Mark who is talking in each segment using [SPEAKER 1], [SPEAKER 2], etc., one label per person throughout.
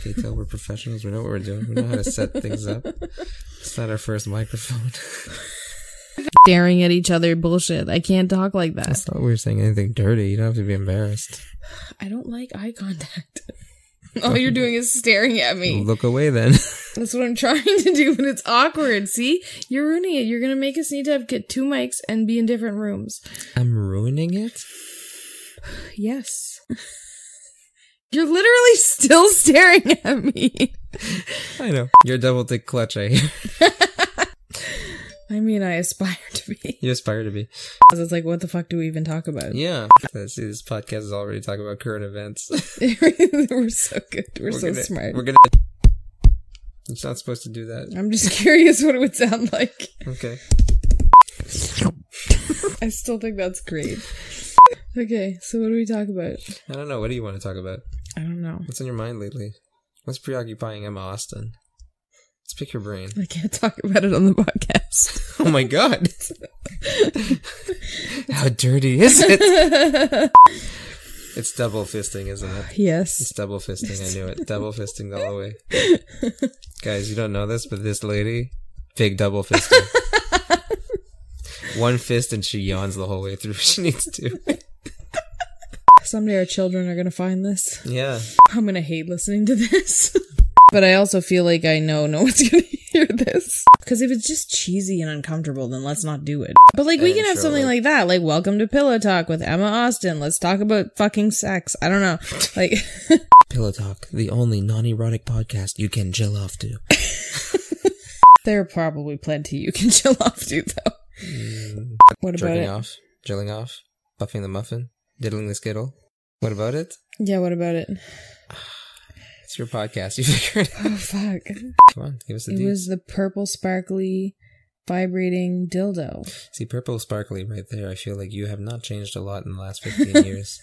[SPEAKER 1] Can you tell we're professionals? We know what we're doing. We know how to set things up. It's not our first microphone.
[SPEAKER 2] staring at each other bullshit. I can't talk like that.
[SPEAKER 1] That's not we were saying anything dirty. You don't have to be embarrassed.
[SPEAKER 2] I don't like eye contact. All you're doing is staring at me.
[SPEAKER 1] Look away then.
[SPEAKER 2] That's what I'm trying to do, but it's awkward. See? You're ruining it. You're going to make us need to have get two mics and be in different rooms.
[SPEAKER 1] I'm ruining it.
[SPEAKER 2] Yes. You're literally still staring at me.
[SPEAKER 1] I know. You're a double thick clutch, I hear.
[SPEAKER 2] I mean, I aspire to be.
[SPEAKER 1] You aspire to be.
[SPEAKER 2] 'Cause it's like, what the fuck do we even talk about?
[SPEAKER 1] Yeah. Let's see, this podcast is already talking about current events.
[SPEAKER 2] We're so good. We're, so
[SPEAKER 1] gonna-
[SPEAKER 2] smart.
[SPEAKER 1] We're gonna. It's not supposed to do that.
[SPEAKER 2] I'm just curious what it would sound like.
[SPEAKER 1] Okay.
[SPEAKER 2] I still think that's great. Okay, so what do we talk about?
[SPEAKER 1] I don't know. What do you want to talk about?
[SPEAKER 2] I don't know.
[SPEAKER 1] What's on your mind lately? What's preoccupying Emma Austin? Let's pick your brain.
[SPEAKER 2] I can't talk about it on the podcast.
[SPEAKER 1] Oh my god. How dirty is it? It's double fisting, isn't it? It's
[SPEAKER 2] yes.
[SPEAKER 1] double fisting. I knew it. Double fisting all the way. Guys, you don't know this, but this lady, big double fisting. One fist and she yawns the whole way through. She needs to.
[SPEAKER 2] Someday our children are going to find this.
[SPEAKER 1] Yeah.
[SPEAKER 2] I'm going to hate listening to this. but I also feel like I know no one's going to hear this. Because if it's just cheesy and uncomfortable, then let's not do it. But like, we
[SPEAKER 1] And
[SPEAKER 2] can have
[SPEAKER 1] so,
[SPEAKER 2] something
[SPEAKER 1] like-
[SPEAKER 2] like that. Like, welcome to Pillow Talk with Emma Austin. Let's talk about fucking sex. I don't know. Like,
[SPEAKER 1] Pillow Talk, the only non erotic podcast you can chill off to.
[SPEAKER 2] there are probably plenty you can chill off to, though. What
[SPEAKER 1] Mm.
[SPEAKER 2] about
[SPEAKER 1] Jerking
[SPEAKER 2] it?
[SPEAKER 1] off, drilling off, buffing the muffin, diddling the skittle. What about it?
[SPEAKER 2] Yeah, what about it?
[SPEAKER 1] It's your podcast. You figured it out.
[SPEAKER 2] Oh, fuck.
[SPEAKER 1] Come on, give us a
[SPEAKER 2] It
[SPEAKER 1] D.
[SPEAKER 2] was the purple sparkly vibrating dildo.
[SPEAKER 1] See, purple sparkly right there. I feel like you have not changed a lot in the last 15 years.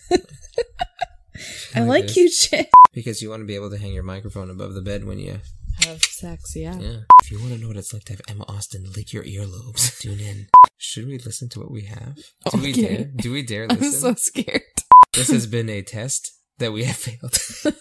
[SPEAKER 2] I
[SPEAKER 1] like
[SPEAKER 2] like
[SPEAKER 1] this.
[SPEAKER 2] you, chick.
[SPEAKER 1] Because you want to be able to hang your microphone above the bed when you.
[SPEAKER 2] Have sex, yeah.
[SPEAKER 1] Yeah. If you want to know what it's like to have Emma Austin lick your earlobes, tune in. Should we listen to what we have? Do we
[SPEAKER 2] Okay.
[SPEAKER 1] dare? Do we dare
[SPEAKER 2] I'm
[SPEAKER 1] listen?
[SPEAKER 2] so scared.
[SPEAKER 1] this has been a test that we have failed.